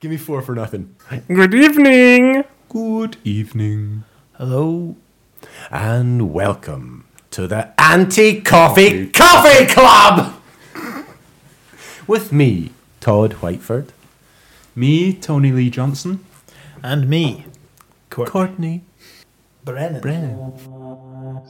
Give me four for nothing. Good evening. Good evening Hello. and welcome to the Anti Coffee Coffee Club with me, Todd Whiteford, Me, Tony Lee Johnson. And me, Courtney. Courtney Brennan. Brennan.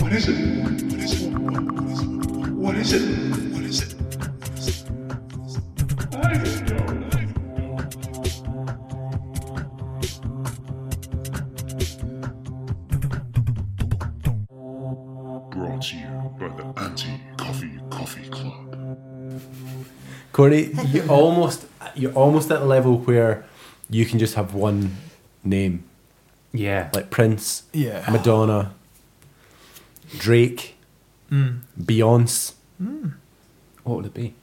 What is it? What is it? What is it? What is it? What is it? I don't know. I don't know. Brought to you by the Anti Coffee Coffee Club. Courtney, you almost you're almost at the level where you can just have one name Yeah. like Prince, Yeah. Madonna, Drake, Beyonce. what would it be?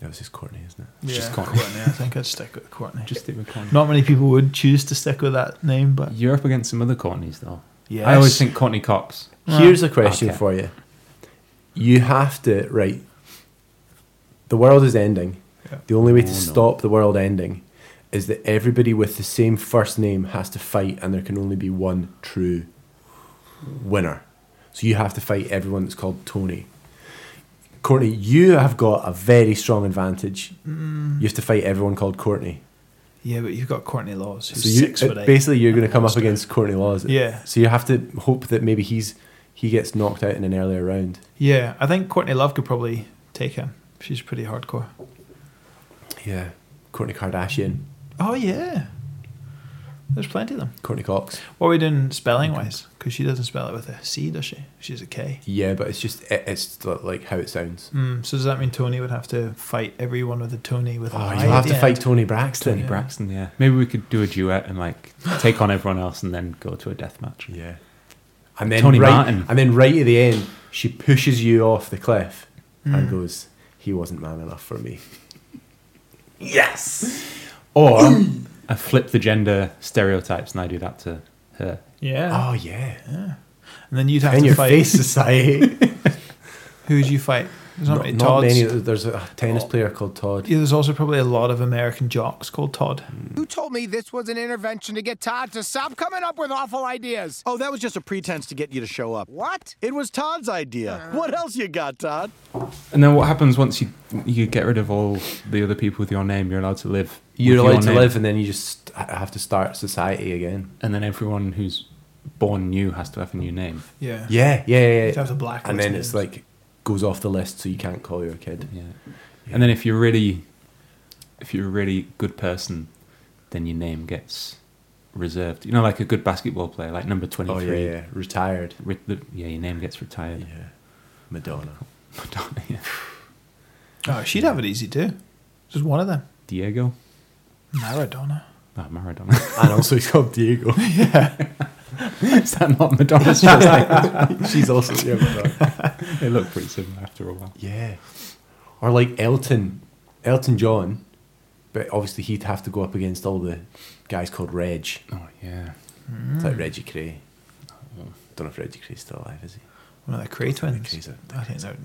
That was just Courtney, isn't it? Yeah, Just Courtney. Courtney. I think I'd stick with Courtney. Just stick with Courtney. Not many people would choose to stick with that name, but You're up against some other Courtneys, though. Yes. I always think Courtney Cox. Here's a question Okay. for you. You have to right. The world is ending. Yeah. The only way to Oh, no. stop the world ending is that everybody with the same first name has to fight, and there can only be one true winner. So you have to fight everyone that's called Tony. Courtney, you have got a very strong advantage. You have to fight everyone called Courtney. yeah, but you've got Courtney Laws, who's So you, uh, six foot eight. basically, you're going to and come up lost it. against Courtney Laws. Yeah. So you have to hope that maybe he's he gets knocked out in an earlier round. Yeah, I think Courtney Love could probably take him. She's pretty hardcore. Yeah. Courtney Kardashian, Oh yeah, there's plenty of them. Courtney Cox. What are we doing spelling wise? Because she doesn't spell it with a C, does she? She's a K. Yeah, but it's just it, it's li- like how it sounds. Mm, so does that mean Tony would have to fight everyone with a Tony with? a Oh, I you at have the to end? fight Tony Braxton. Tony Braxton, yeah. Maybe we could do a duet and like take on everyone else and then go to a death match. Yeah. And then Tony right, Martin. And then right at the end, she pushes you off the cliff Hmm. and goes, "He wasn't man enough for me." Yes. Or I flip the gender stereotypes and I do that to her. Yeah, Oh yeah. and then you'd have In to your fight. face, society. Who would you fight? There's not, not, many not Todds. Oh. many. There's a tennis player called Todd. Yeah, there's also probably a lot of American jocks called Todd. You told me this was an intervention to get Todd to stop coming up with awful ideas. Oh, that was just a pretense to get you to show up. What? Uh-huh. It was Todd's idea. What else you got, Todd? And then what happens once you you get rid of all the other people with your name? You're allowed to live. You're with your allowed to name. live, and then you just have to start society again. And then everyone who's born new has to have a new name. Yeah. Yeah, yeah, yeah. have to blacklist and then names. it's like goes off the list, so you can't call your kid. Yeah. And then if you're really, if you're a really good person, then your name gets reserved. You know, like a good basketball player, like number Oh twenty-three. yeah, yeah. Retired. Re- the, yeah, your name gets retired. Yeah. Madonna. Madonna, yeah. Oh, she'd have it easy too. Just one of them. Diego. Maradona. Oh, Maradona. And also he's called Diego. Is that not Madonna's first name? She's also yeah, Madonna. They look pretty similar after a while. Yeah. Or like Elton. Elton John. But obviously he'd have to go up against all the guys called Reg. Oh yeah. It's like Reggie Cray. Don't know if Reggie Cray's still alive, is he? One of the Cray twins. Cray's a- I think they're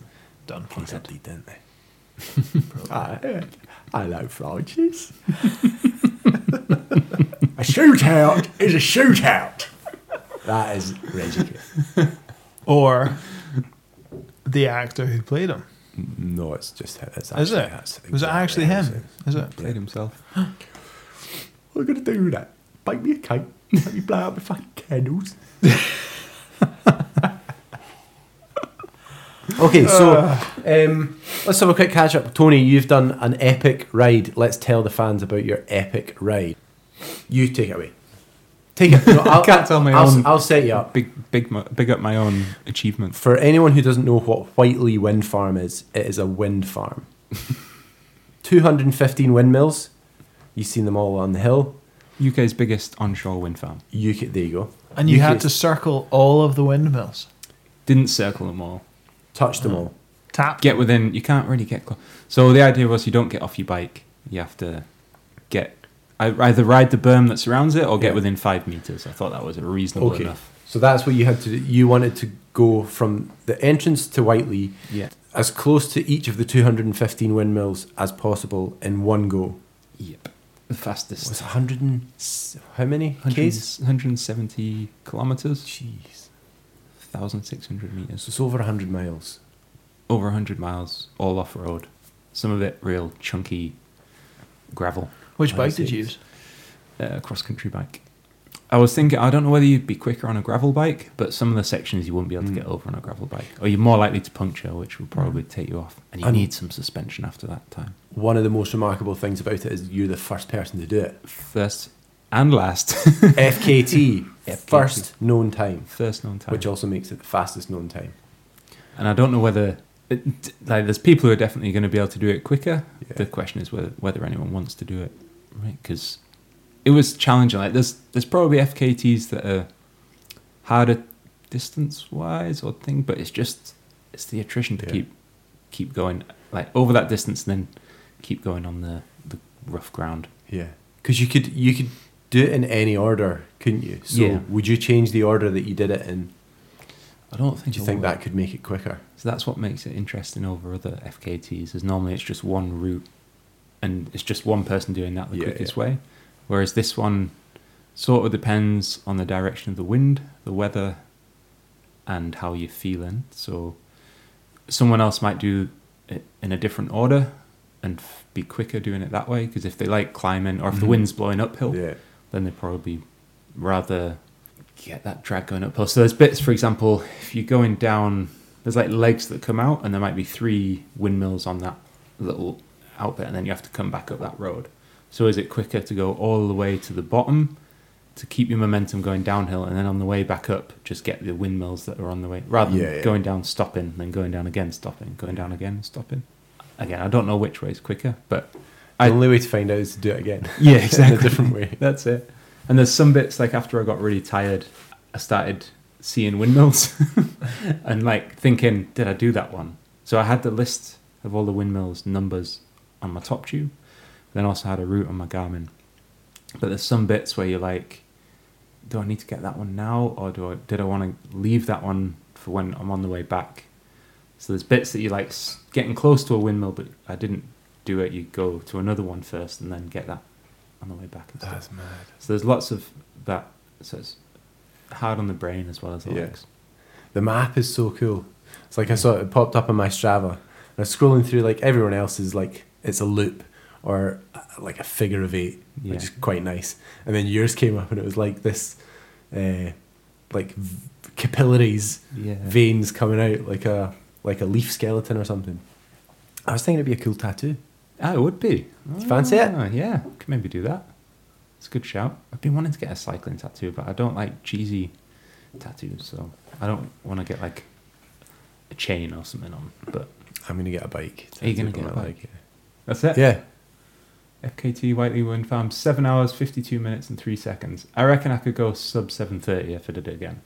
done for. He's a lead, didn't they? eh? I, Ah, I know Francis. a shootout is a shootout. That is Reggie Cray. Or the actor who played him. No, it's just it's actually Is it? that's Was it exactly actually how him? Is it? Played himself. We're gonna do that. Bake me a cake. Let me blow out my fucking candles. okay, so um, let's have a quick catch up. Tony, you've done an epic ride. Let's tell the fans about your epic ride. You take it away. Take it. No, I'll, Can't tell my I'll, own- I'll set you up. Big, big, mo- big up my own achievements. For anyone who doesn't know what Whiteley Wind Farm is, it is a wind farm. 215 windmills. You've seen them all on the hill. UK's biggest onshore wind farm. UK, there you go. And you had UK to circle all of the windmills. Didn't circle them all. touch them all. Mm-hmm. Tap. Get within. You can't really get close. So the idea was you don't get off your bike. You have to get I either ride the berm that surrounds it or get Yeah. within five meters. I thought that was reasonable Okay. enough. So that's what you had to do. You wanted to go from the entrance to Whiteley Yeah. as close to each of the 215 windmills as possible in one go. Yep. The fastest. Was 100 and s- how many Ks? 170 kilometers, Jeez. 1,600 So meters, it's over 100 miles. over 100 miles, all off road. Some of it real chunky gravel, Which I bike did see. you use? uh, cross country bike. I was thinking, I don't know whether you'd be quicker on a gravel bike, but some of the sections you wouldn't be able to get over on a gravel bike, or you're more likely to puncture, which will probably take you off. And you And- need some suspension after that time. One of the most remarkable things about it is you're the first person to do it. First and last, Eh. FKT, first known time, first known time. which also makes it the fastest known time. And I don't know whether it, d- like there's people who are definitely going to be able to do it quicker. Yeah. The question is whether whether anyone wants to do it, right? Because it was challenging. Like there's there's probably FKTs that are harder distance wise or thing, but it's just it's the attrition to Yeah. keep keep going like over that distance and then keep going on the the rough ground. Yeah, because you could you could do it in any order, couldn't you? So Yeah. would you change the order that you did it in? I don't think Do you I think will. that could make it quicker? So that's what makes it interesting over other FKTs. Is normally it's just one route, and it's just one person doing that the Yeah, quickest way. Whereas this one sort of depends on the direction of the wind, the weather, and how you're feeling. So someone else might do it in a different order and f- be quicker doing it that way. Because if they like climbing, or if the wind's blowing uphill, Mm-hmm. Yeah. then they probably rather get that drag going uphill. So there's bits, for example, if you're going down, there's like legs that come out, and there might be three windmills on that little outlet, and then you have to come back up that road. So is it quicker to go all the way to the bottom to keep your momentum going downhill, and then on the way back up, just get the windmills that are on the way, rather than Yeah, yeah. going down, stopping, then going down again, stopping, going down again, stopping. Again, I don't know which way is quicker, but I- the only way to find out is to do it again. yeah, exactly. In a different way. That's it. And there's some bits like after I got really tired, I started seeing windmills and like thinking, did I do that one? So I had the list of all the windmills numbers on my top tube, then also had a route on my Garmin. But there's some bits where you're like, do I need to get that one now, or do I did I want to leave that one for when I'm on the way back? So there's bits that you're like s- getting close to a windmill, but I didn't do it. You go to another one first, and then get that on the way back. And stuff. mad. So there's lots of that. So it's hard on the brain as well as the Yeah. legs. The map is so cool. It's like I saw it, it popped up on my Strava, and I was scrolling through like everyone else's like it's a loop or uh, like a figure of eight, which Yeah. is quite nice. And then yours came up, and it was like this, uh, like v- capillaries, Yeah. veins coming out like a like a leaf skeleton or something. I was thinking it'd be a cool tattoo. Ah, it would be. you fancy it? Ah, Yeah, could maybe do that. It's a good shout. I've been wanting to get a cycling tattoo, but I don't like cheesy tattoos, so I don't want to get like a chain or something on. But I'm gonna get a bike. Are you gonna Tattoo on get my a bike? that's it. Yeah. FKT Whiteley Wind Farm, seven hours, fifty-two minutes, and three seconds. I reckon I could go sub seven thirty if I did it again.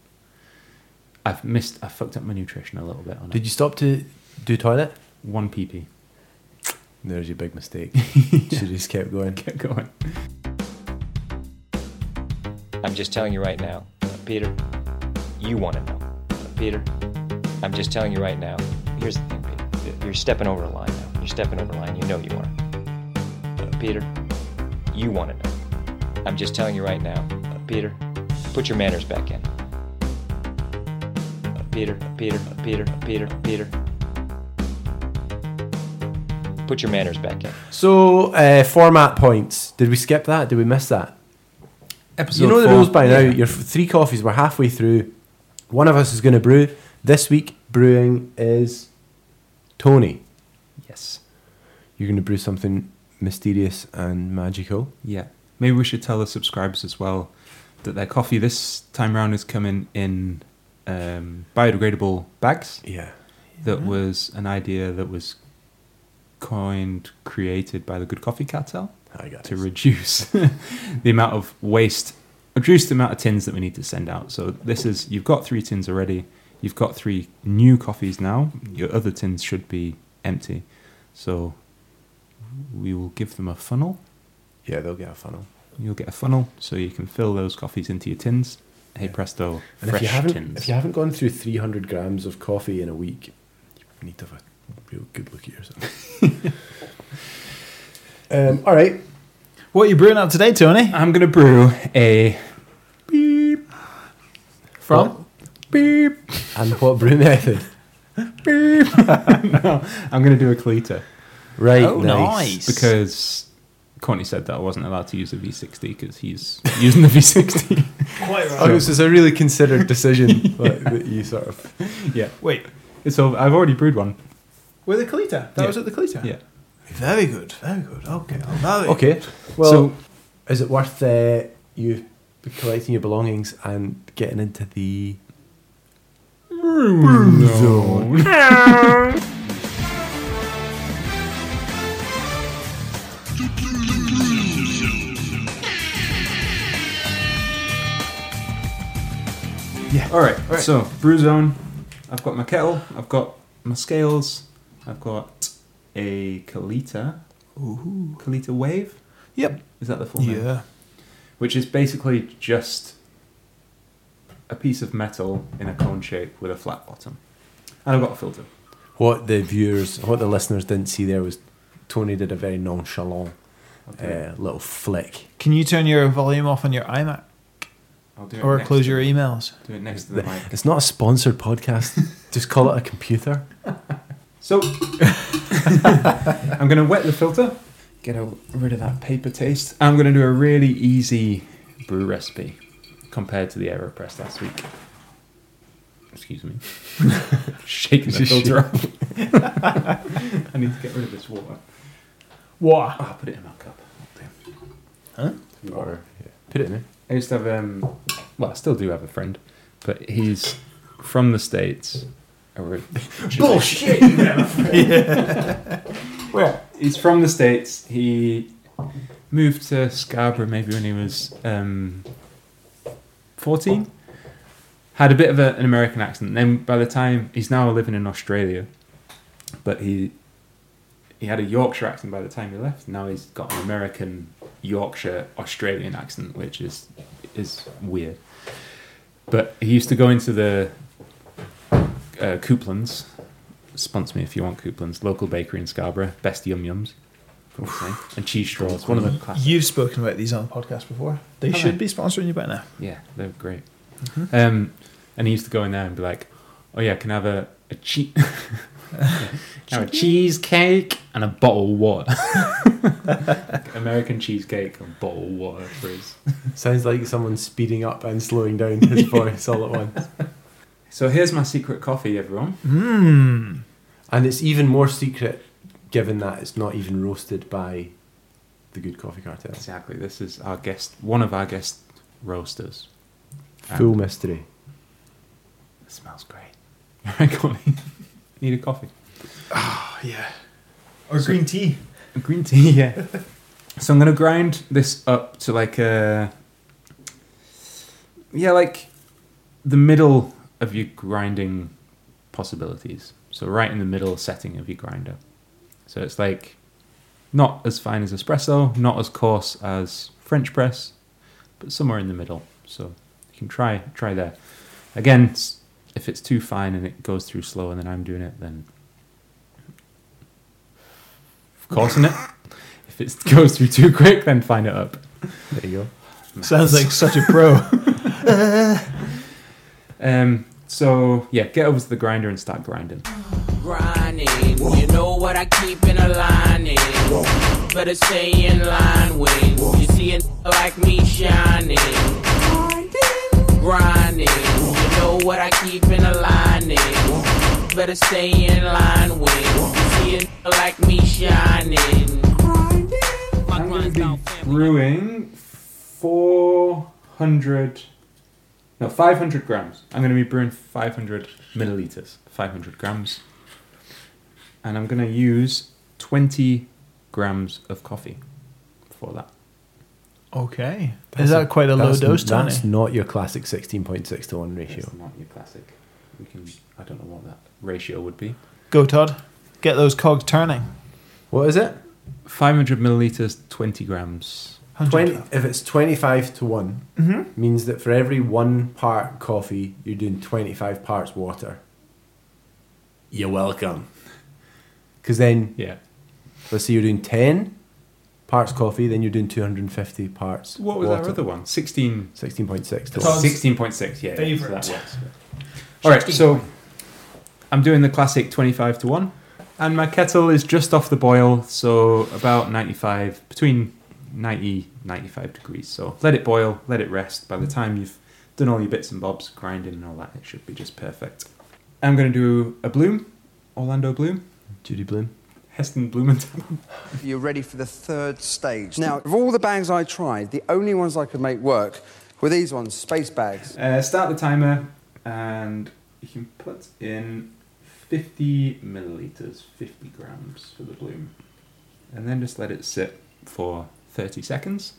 I've missed. I fucked up my nutrition a little bit on Did it. you stop to do toilet? One PP. There's your big mistake. Should have just kept going. Get going. I'm just telling you right now, Peter, you want to know. Peter, I'm just telling you right now. Here's the thing, Peter. You're stepping over a line now. You're stepping over a line. You know you are. Peter, you want to know. I'm just telling you right now. Peter, put your manners back in. Peter, Peter, Peter, Peter, Peter. Put your manners back in. So uh, format points. Did we skip that? Did we miss that? Episode you know the four. rules by now. Yeah. Your f- three coffees. We're halfway through. One of us is going to brew. This week brewing is Tony. Yes. You're going to brew something mysterious and magical. Yeah. Maybe we should tell the subscribers as well that their coffee this time round is coming in um, biodegradable bags. Yeah. That was an idea that was coined, created by the Good Coffee Cartel Hi guys. to reduce the amount of waste, reduce the amount of tins that we need to send out. So this is you've got three tins already. You've got three new coffees now. Your other tins should be empty. So we will give them a funnel. yeah, they'll get a funnel. You'll get a funnel so you can fill those coffees into your tins. Hey presto, And if fresh you haven't tins. if you haven't gone through 300 grams of coffee in a week, you need to have a real good look at yourself. um, all right. What are you brewing up today, Tony? I'm gonna brew a beep From? beep And what brew method? beep. no, I'm gonna do a Cleater. Right. Oh, nice. nice. because Courtney said that I wasn't allowed to use a V60 because he's using the V60. Quite right. Oh, this is a really considered decision like, that you sort of. yeah, Oh, Wait, it's over. I've already brewed one. with the Kalita? That Yeah. was at the Kalita? Yeah. Very good, very good. Okay, I love it. Okay. Well, So- is it worth uh, you collecting your belongings and getting into the? All right. So brew zone. I've got my kettle. I've got my scales. I've got a Kalita. Ooh. Kalita wave. Yep. Is that the full name? Yeah. which is basically just a piece of metal in a cone shape with a flat bottom. And I've got a filter. What the viewers, what the listeners didn't see there was Tony did a very nonchalant uh, little flick. Can you turn your volume off on your iMac I'll do it or next close to- your emails? do it next to the mic. It's not a sponsored podcast. Just call it a computer. So I'm going to wet the filter, get all- rid of that paper taste. I'm going to do a really easy brew recipe compared to the AeroPress last week. Excuse me. Shaking the filter up. I need to get rid of this water. What? Oh, I'll put it in my cup. Water. Yeah. Put it in there. I used to have um well, I still do have a friend, but he's from the States. Bullshit! Well, he's from the States. He moved to Scarborough maybe when he was um, 14. Had a bit of a, an American accent. Then by the time he's now living in Australia, but he he had a Yorkshire accent by the time he left. Now he's got an American Yorkshire Australian accent, which is is weird. But he used to go into the uh, Couplands. Sponsor me if you want Couplands, local bakery in Scarborough, best yum yums, obviously, and cheese straws. One of the classic. You've spoken about these on the podcast before. They Have should I? be sponsoring you by now. Yeah, they're great. Um, and he used to go in there and be like, "Oh yeah, can I have a a, che- can I have a cheesecake and a bottle of water." American cheesecake and bottle of water for his. Sounds like someone's speeding up and slowing down his voice all at once. So here's my secret coffee, everyone. Mmm. And it's even more secret given that it's not even roasted by the Good Coffee Cartel. Exactly. This is our guest, one of our guest roasters. Full mystery. It smells great. Ah, All right, Courtney. Need a coffee. Oh, yeah. Or green tea. A green tea, yeah. so I'm gonna grind this up to like a yeah, like the middle of your grinding possibilities. So right in the middle setting of your grinder. So it's like not as fine as espresso, not as coarse as French press, but somewhere in the middle. So you can try try there. Again, s- if it's too fine and it goes through slower than I'm doing it, then of course in it. If it goes through too quick, then fine it up. There you go. Sounds like such a pro. Um, so yeah, get over to the grinder and start grinding. grinding. You know what I keep in a line in. Better stay in line with. You see it like me shining. Grinding. You know what I keep in a line in. Better stay in line with. You see it like me shining. I'm going to be brewing 400, no 500 grams. I'm going to be brewing 500 milliliters, 500 grams, and I'm going to use 20 grams of coffee for that. Okay. That's Is that quite a low that's- dose, Tony? That's not your classic 16.6 to 1 ratio. It's not your classic. We can, I don't know what that ratio would be. Go, Todd. Get those cogs turning. What is it? 500 milliliters, 20 grams. 100. 20, if it's 25 to 1, Mm-hmm. means that for every one part coffee, you're doing 25 parts water. You're welcome. Because then, Yeah. let's say you're doing 10 parts coffee, then you're doing 250 parts What was water. our other one? 16. 16.6 to 1. Todd's 16.6, yeah. yeah, so favourite. that works. All right, so I'm doing the classic 25 to 1. And my kettle is just off the boil, so about 95, between 90, 95 degrees. So let it boil, let it rest. By the time you've done all your bits and bobs, grinding and all that, it should be just perfect. I'm going to do a bloom, Orlando Bloom, Judy Bloom. Heston Blumenthal. You're ready for the third stage. Now, of all the bags I tried, the only ones I could make work were these ones, space bags. Uh, start the timer, and you can put in 50 milliliters, 50 grams for the bloom. And then just let it sit for 30 seconds.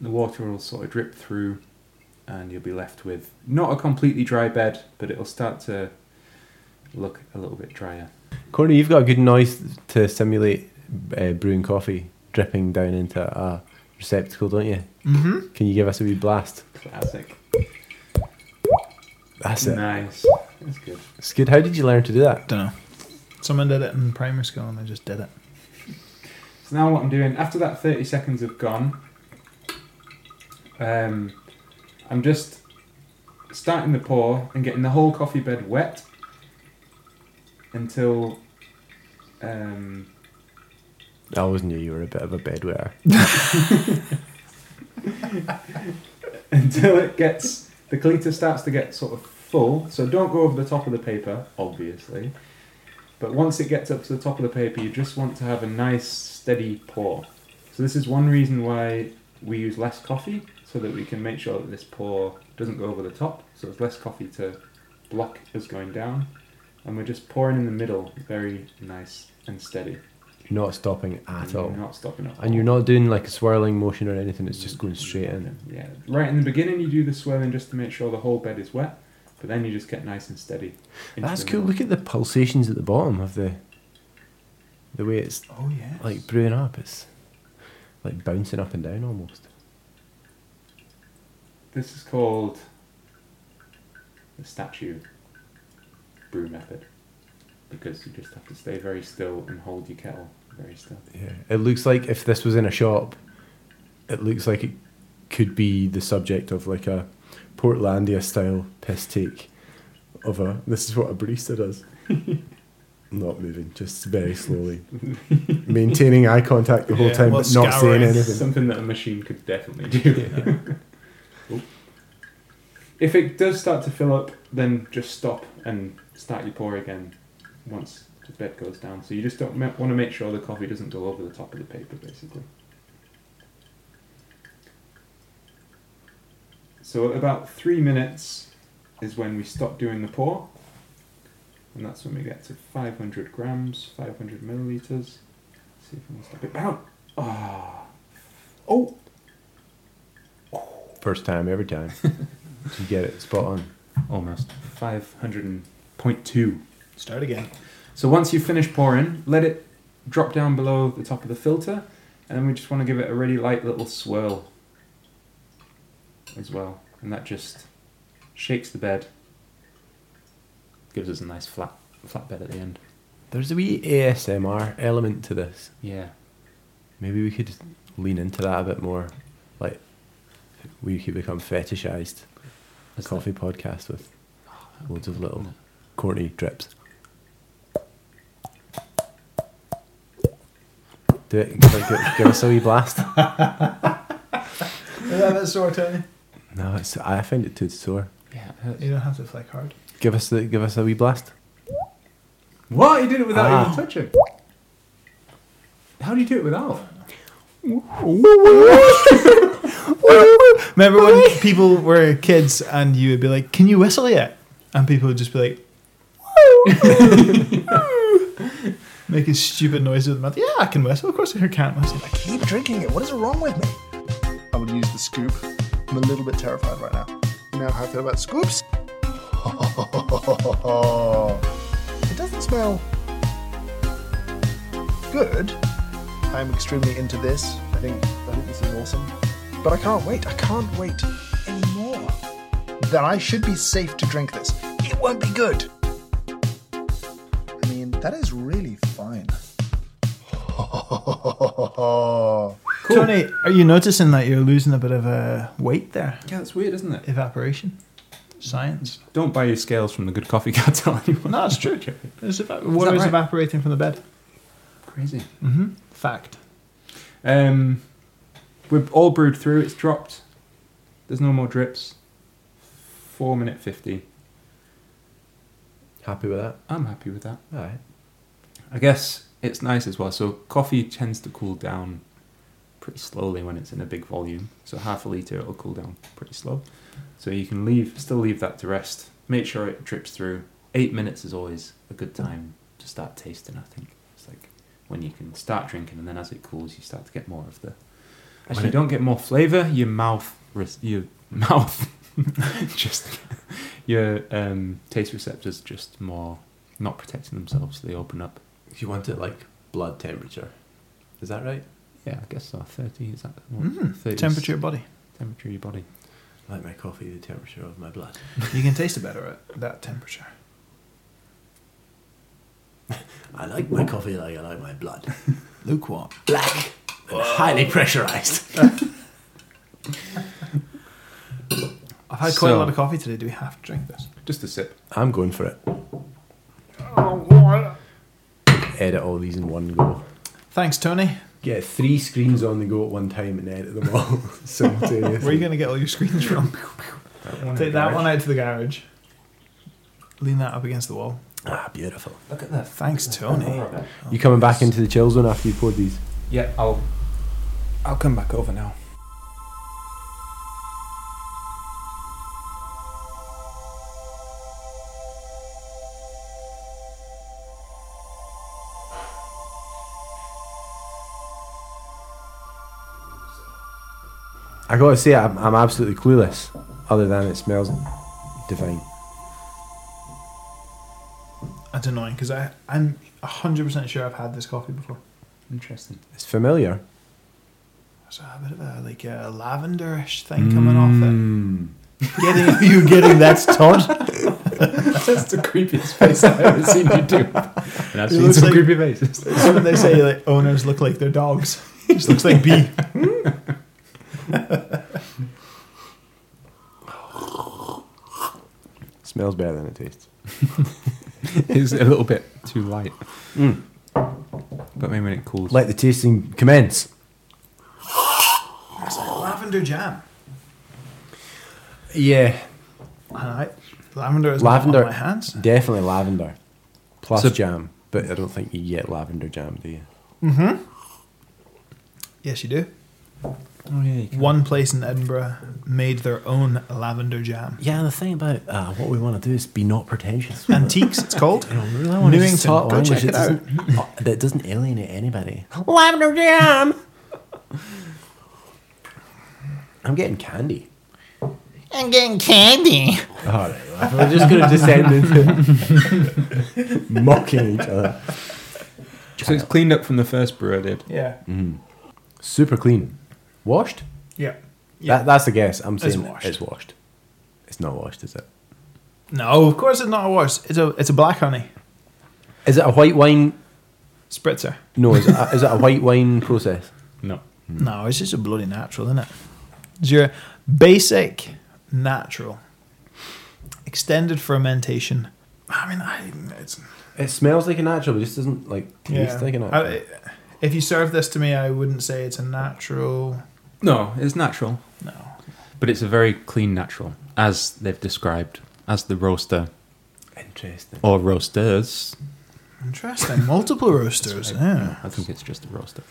The water will sort of drip through, and you'll be left with not a completely dry bed, but it'll start to look a little bit drier. Courtney, you've got a good noise to simulate uh, brewing coffee dripping down into a receptacle, don't you? Mm-hmm. Can you give us a wee blast? Classic. That's it. Nice. That's good. It's good. How did you learn to do that? Don't know. Someone did it in primary school and they just did it. So now what I'm doing after that 30 seconds have gone, um, I'm just starting the pour and getting the whole coffee bed wet until um, I always knew you were a bit of a bedwetter. until it gets the cleater starts to get sort of full. So don't go over the top of the paper, obviously. But once it gets up to the top of the paper, you just want to have a nice steady pour. So this is one reason why we use less coffee, so that we can make sure that this pour doesn't go over the top. So it's less coffee to block us going down, and we're just pouring in the middle, very nice and steady. You're not stopping at and all. you're not stopping at all. And you're not doing like a swirling motion or anything, it's just going straight in. Yeah, right in the beginning you do the swirling just to make sure the whole bed is wet, but then you just get nice and steady. into That's the cool. middle. Look at the pulsations at the bottom of the the way it's Oh, yeah. like brewing up. It's like bouncing up and down almost. This is called the statue brew method because you just have to stay very still and hold your kettle very still. Yeah. It looks like if this was in a shop, it looks like it could be the subject of like a Portlandia style piss take of a this is what a barista does. not moving, just very slowly. Maintaining eye contact the whole Yeah, time well, but not saying scouring. anything. Something that a machine could definitely do. Oop. if it does start to fill up, then just stop and start your pour again once the bed goes down. So you just don't want to make sure the coffee doesn't go over the top of the paper, basically. So at about three minutes is when we stop doing the pour, and that's when we get to 500 grams, 500 milliliters. see if we can stop it down. Oh, First time, every time. you get it spot on. almost 500.2. Start again. So once you finish pouring, let it drop down below the top of the filter, and then we just want to give it a really light little swirl as well. And that just shakes the bed, gives us a nice flat flat bed at the end. There's a wee ASMR element to this. Yeah. Maybe we could lean into that a bit more. Like we could become fetishized That's coffee podcast with loads of little Courtney drips. Do it. Give, give- give us a wee blast. Is that a bit sore, Tony? No, it's, I find it too sore. Yeah. You don't have to flick hard. Give us the, give us a wee blast. What? You did it without Ah. even touching? How do you do it without? Remember when people were kids and you would be like, Can you whistle yet? And people would just be like, making stupid noises with my mouth. Yeah, I can whistle. Of course, I can't whistle. I keep drinking it. What is wrong with me? I would use the scoop. I'm a little bit terrified right now. You know how I feel about scoops? it doesn't smell good. I'm extremely into this. I think I think this is awesome. But I can't wait. I can't wait anymore. That I should be safe to drink this. It won't be good. I mean, that is really fine. Tony, are you noticing that you're losing a bit of uh, weight there? Yeah, that's weird, isn't it? Evaporation, science. Don't buy your scales from the Good Coffee Cartel anymore. No, it's true. It's eva- water is right? evaporating from the bed. Crazy. Fact. Um, we've all brewed through. It's dropped. There's no more drips. Four minute fifty. Happy with that? I'm happy with that. All right. I guess it's nice as well. So coffee tends to cool down pretty slowly when it's in a big volume. So half a liter it'll cool down pretty slow. So you can leave, still leave that to rest. Make sure it drips through. Eight minutes is always a good time to start tasting. I think it's like when you can start drinking, and then as it cools, you start to get more of the. Actually, you don't get more flavor. Your mouth, res- your mouth, just your um, taste receptors just more not protecting themselves. They open up. You want it like blood temperature. Is that right? Yeah, I guess so. Thirty is that what? Mm, 30 temperature of body. temperature of your body. Like my coffee, the temperature of my blood. You can taste it better at that temperature. I like my coffee like I like my blood. Lukewarm. Black and highly pressurized. I've had quite a So- lot of coffee today. Do we have to drink this? Just a sip. I'm going for it. Oh, Edit all these in one go. Thanks, Tony. Get three screens on the go at one time and edit them all simultaneously. Where are you going to get all your screens from? Take that one out to the garage. Lean that up against the wall. Ah, beautiful. Look at that. Thanks, Tony. you coming back into the chill zone after you poured these? Yeah, I'll. I'll come back over now. I gotta say, I'm, I'm absolutely clueless. Other than it smells divine. That's annoying because I'm 100% sure I've had this coffee before. Interesting. It's familiar. There's a bit of a like a lavenderish thing coming Mm. off Hmm. it. Getting you getting that's Todd. That's the creepiest face I've ever seen you do. And I've seen looks some like- creepy faces. It's when they say like owners look like their dogs. Just looks like B. smells better than it tastes. It's a little bit too light. Hmm. But maybe when it cools. Let the tasting commence. It's like lavender jam. Yeah, And I, lavender is lavender. not on my hands. Definitely lavender. Plus So- jam, but I don't think you get lavender jam, do you? Yes, you do. oh yeah. You can. One place in Edinburgh made their own lavender jam. Yeah, the thing about uh, what we want to do is be not pretentious. Antiques, it's called. Newington, Newington, go check it out. Oh, that doesn't alienate anybody. Lavender jam. I'm getting candy. I'm getting candy. All right, well, we're just going to descend into mocking each other. So it's cleaned up from the first brew I did. Yeah. Mm. Super clean, washed. Yeah. Yeah. That, that's the guess. I'm saying it's washed. washed. it's washed. It's not washed, is it? No, of course it's not a wash. It's a it's a black honey Is it a white wine? spritzer. No, is it a, is it a white wine process? No. No, it's just a bloody natural, isn't it? It's your basic natural extended fermentation. I mean, I, it's It smells like a natural, but it just doesn't like taste like a natural. I- if you serve this to me, I wouldn't say it's a natural. No, it's natural. No, But it's a very clean natural, as they've described, as the roaster Interesting. or roasters. interesting. Multiple roasters. Yeah. I think it's just a roaster.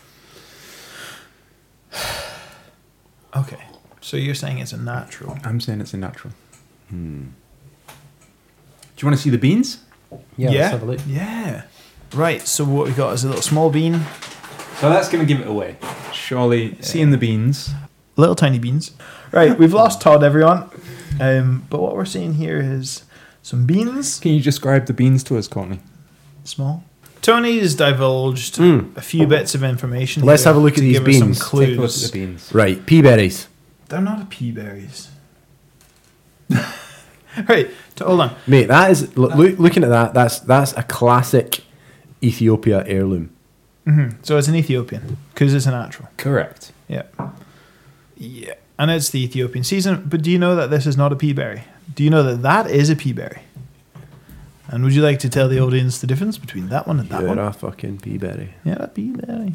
Okay. So you're saying it's a natural? I'm saying it's a natural. Hmm. Do you want to see the beans? Yeah, yeah. Let's have a look. Yeah. Right, so what we got is a little small bean, So that's going to give it away. Surely, seeing the beans. little tiny beans. Right, we've lost Todd, everyone. Um, but what we're seeing here is some beans, Can you describe the beans to us, Courtney? small. Tony's divulged a few bits of information. Hmm. Let's here have a look at to these give us beans. some Take clues. Take a look at the beans. Right, pea berries. They're not pea berries. right, t- hold on. Mate, that is look, looking at that. That's that's a classic Ethiopia heirloom. So it's an Ethiopian because it's a natural. Correct. Yeah. Yeah. And it's the Ethiopian season. But do you know that this is not a pea berry? Do you know that that is a pea berry? And would you like to tell the audience the difference between that one and that You're one? a fucking pea berry. Yeah, that pea berry.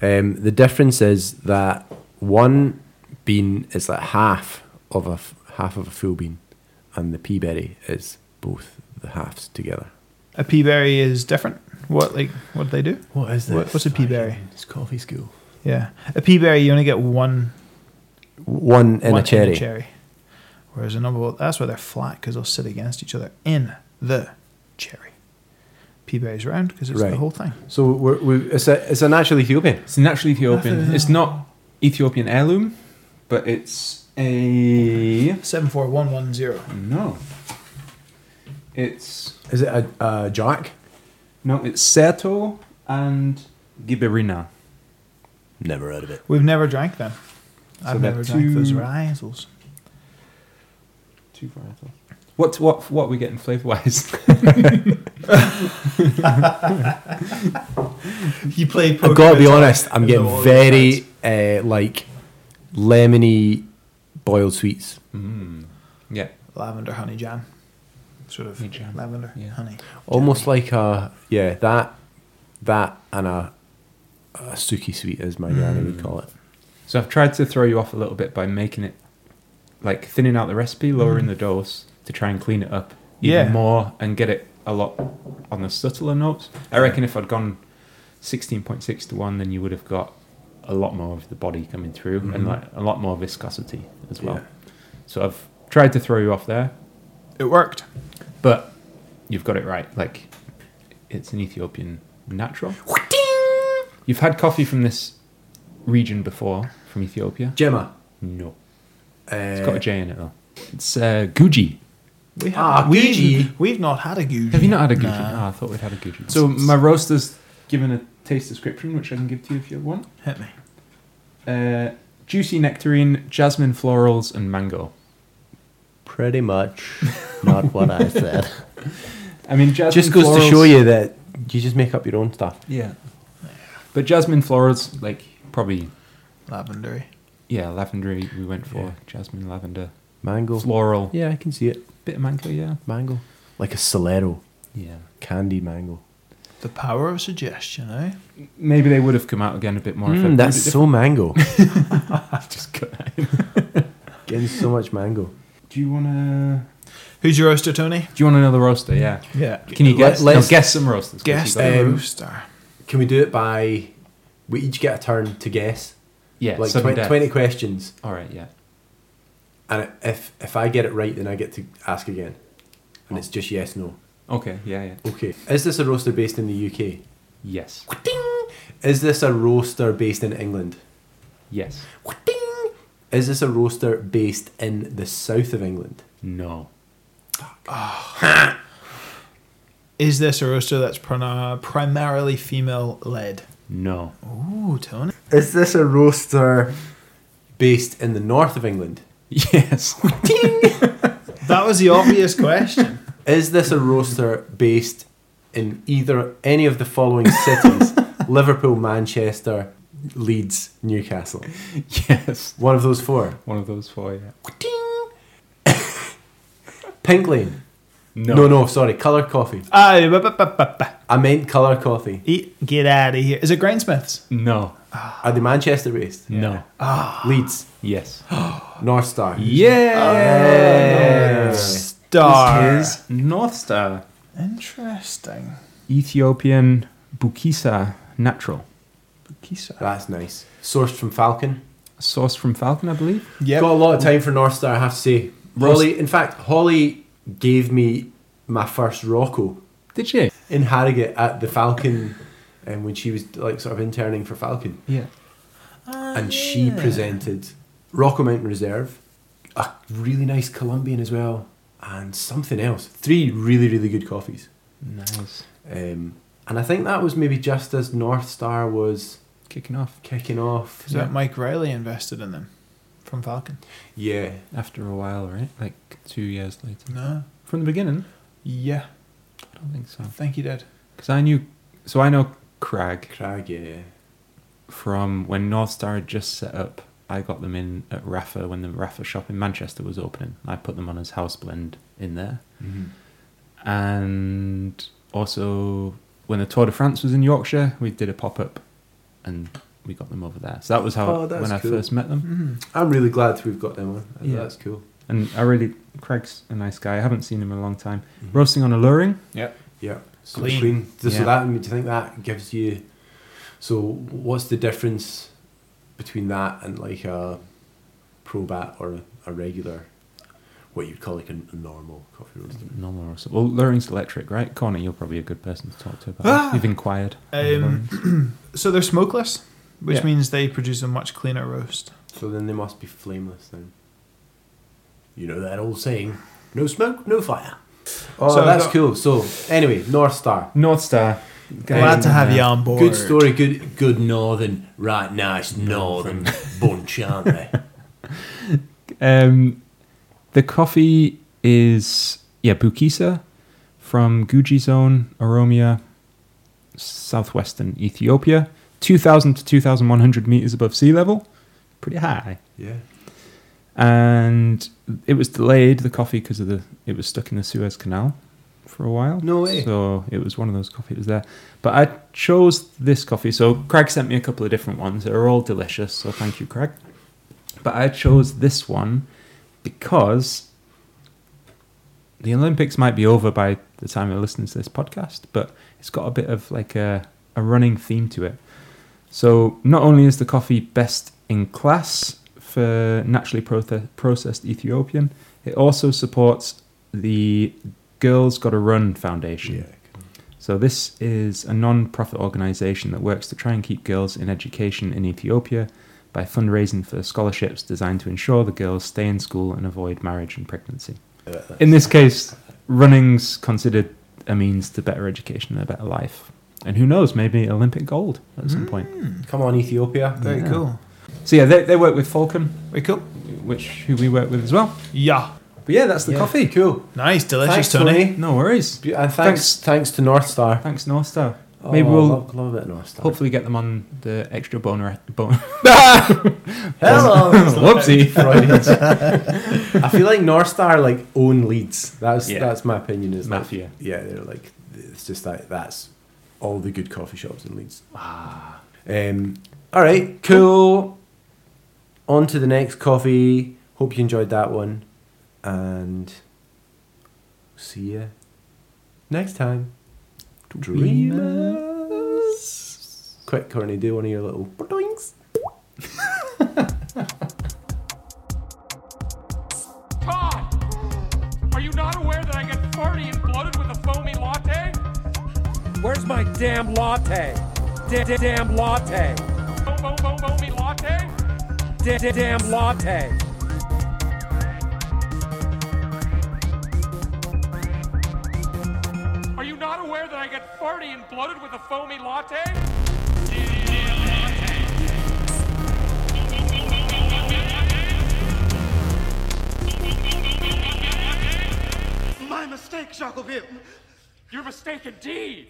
Um, the difference is that one bean is like half of a f- half of a full bean, and the pea berry is both the halves together. A pea berry is different. What like what do they do? What is What- this? what's a pea berry? It's coffee school. Yeah, a pea berry you only get one One in one a cherry. Whereas a number one, that's why they're flat because they'll sit against each other in the cherry. Pea berry's round because it's the Right. whole thing. So we're, we it's a it's a natural Ethiopian. It's naturally Ethiopian. It's not Ethiopian heirloom, but it's a Seven four one one zero. no. It's Is it a, a jack? no. It's Seto and Gibberina. Never heard of it. We've never drank them. I've they're never drank those two- varietals. Two varietals. What what what are we getting flavour wise? You play. I've got to be honest. I'm getting very uh, like lemony boiled sweets. yeah. lavender honey jam, sort of Honey jam. lavender Yeah. honey. Almost like a yeah that that and a, a suki sweet as my granny would call it. So I've tried to throw you off a little bit by making it like thinning out the recipe, lowering the dose to try and clean it up even Yeah. more and get it a lot on the subtler notes. I reckon if I'd gone 16.6 to 1, then you would have got a lot more of the body coming through and like a lot more viscosity as well. So I've tried to throw you off there, It worked. but you've got it right. Like it's an Ethiopian natural. You've had coffee from this region before, from Ethiopia? Gemma. No. It's got a Uh, J in it though. It's uh, Guji. We have Ah, Guji. we've, we've not had a Guji. Have you not had a Guji? Nah. Ah, I thought we'd had a Guji. So my roaster's given a taste description, which I can give to you if you want. Hit me. Uh, juicy nectarine, jasmine florals, and mango. pretty much not what I said. I mean, jasmine just goes to florals- show you that you just make up your own stuff. Yeah. But jasmine florals, like probably Lavender. yeah, lavendery. We went for Yeah. jasmine lavender, Mango. floral, Yeah, I can see it. bit of mango. Yeah. Mango, like a Solero Yeah. candy mango. The power of suggestion, eh? Maybe they would have come out again a bit more. if I'd brewed Mm, that's it so mango. different. Just cut. Getting so much mango. Do you wanna? Who's your roaster, Tony? Do you want another roaster? Yeah. Yeah. Can you Let- guess? let's- no, guess some roasters. 'cause Guess you got- Um, the roaster. Can we do it by? We each get a turn to guess, yeah, like sudden twen- death. twenty questions, All right, yeah. and if if I get it right, then I get to ask again, and it's just yes no. Okay, yeah, yeah. Okay. Is this a roaster based in the UK? Yes, Is this a roaster based in England? yes. Is this a roaster based in the south of England? No, Is this a roaster that's prona- primarily female led? no, Ooh, Tony. Is this a roaster based in the north of England? yes. That was the obvious question. Is this a roaster based in either any of the following cities? Liverpool, Manchester, Leeds, Newcastle. yes. One of those four. One of those four. Yeah. Pink Lane. No, No, no, sorry. Colour Coffee. Aye, ba- ba- ba- ba- ba. I meant Colour Coffee. E- Get out of here. Is it Grindsmiths? no, Are they Manchester based? no. Leeds. Yes. North Star. Uh, yeah. Stars. North Star, Interesting. Ethiopian Bukisa natural, Bukisa. That's nice. Sourced from Falcon. sourced from Falcon, I believe. Yep. Got a lot of time for North Star, I have to say. Holly, in fact, Holly gave me my first Rocco. Did you? in Harrogate at the Falcon, and when she was like sort of interning for Falcon. Yeah. Oh, and she presented Rocky Mountain Reserve, a really nice Colombian as well, and something else. Three really really good coffees. Nice. Um, and I think that was maybe just as North Star was Kicking off kicking off. Is that Mike Riley invested in them from Falcon? Yeah. after a while, right? Like two years later. No. From the beginning? Yeah, I don't think so. I think he did. Because I knew. So I know Crag Crag, yeah. from when North Star had just set up. I got them in at Rafa when the Rafa shop in Manchester was opening. I put them on as house blend in there. Mm-hmm. And also, when the Tour de France was in Yorkshire, we did a pop up and we got them over there. So that was how Oh, that's when I cool. Mm-hmm. first met them. I'm really glad we've got them on. I think Yeah. That's cool. And I really, Craig's a nice guy. I haven't seen him in a long time. Mm-hmm. Roasting on Alluring. Yep. Yeah. So Clean. clean. So Yeah. that do you think that gives you so what's the difference between that and like a probat or a, a regular what you'd call like a, a normal coffee roaster? Normal roast. Well, Alluring's electric, right? Connor, you're probably a good person to talk to about Ah! that. You've inquired. on Um, Allurings. So they're smokeless, which Yeah. means they produce a much cleaner roast. So then they must be flameless then. You know that old saying, no smoke, no fire. Oh, So- that's cool. So anyway, North Star. North Star. Glad to have you on. on board. Good story, good good northern, right nice northern bunch, aren't they? Um, the coffee is yeah Bukisa from Guji Zone, Oromia, southwestern Ethiopia, two thousand to two thousand one hundred meters above sea level, pretty high. Yeah. And it was delayed the coffee because of the it was stuck in the Suez Canal for a while. No way. So it was one of those coffee that was there. But I chose this coffee. So Craig sent me a couple of different ones. They're all delicious. So thank you, Craig. But I chose this one because the Olympics might be over by the time you're listening to this podcast, but it's got a bit of like a, a running theme to it. So not only is the coffee best in class for naturally proce- processed Ethiopian, it also supports the Girls Gotta Run Foundation. Yeah. So this is a non-profit organization that works to try and keep girls in education in Ethiopia by fundraising for scholarships designed to ensure the girls stay in school and avoid marriage and pregnancy. In this case, running's considered a means to better education and a better life. And who knows, maybe Olympic gold at some point. Come on, Ethiopia. Very Yeah. cool. So yeah, they, they work with Falcon, Very cool. which who we work with as well. Yeah. But yeah, that's the Yeah. coffee. Cool. Nice, delicious, Thanks, Tony. Tony. No worries. Be- And thanks, thanks to North Star. Thanks, North Star. Oh, Maybe we'll love, love a bit of North Star. hopefully get them on the extra boner. Bon- Hello. Whoopsie. Freudians. I feel like North Star like own leads. That's Yeah. that's my opinion. Is like- Mafia. yeah, they're like it's just like that's all the good coffee shops in Leeds. Ah. Um. All right. Cool. On to the next coffee. Hope you enjoyed that one, and see you next time. Dreamers. Quick, Courtney, do one of your little doings. Todd! Are you not aware that I get farty and bloated with a foamy latte? Where's my damn latte? Damn, damn, damn latte. Foam, foam, foam, foamy latte? Damn, damn, damn latte. Are you not aware that I get farty and bloated with a foamy latte? Damn, damn latte. Foam, foam, foam, foam, foam, foamy latte? My mistake, Jacobin. Your mistake indeed.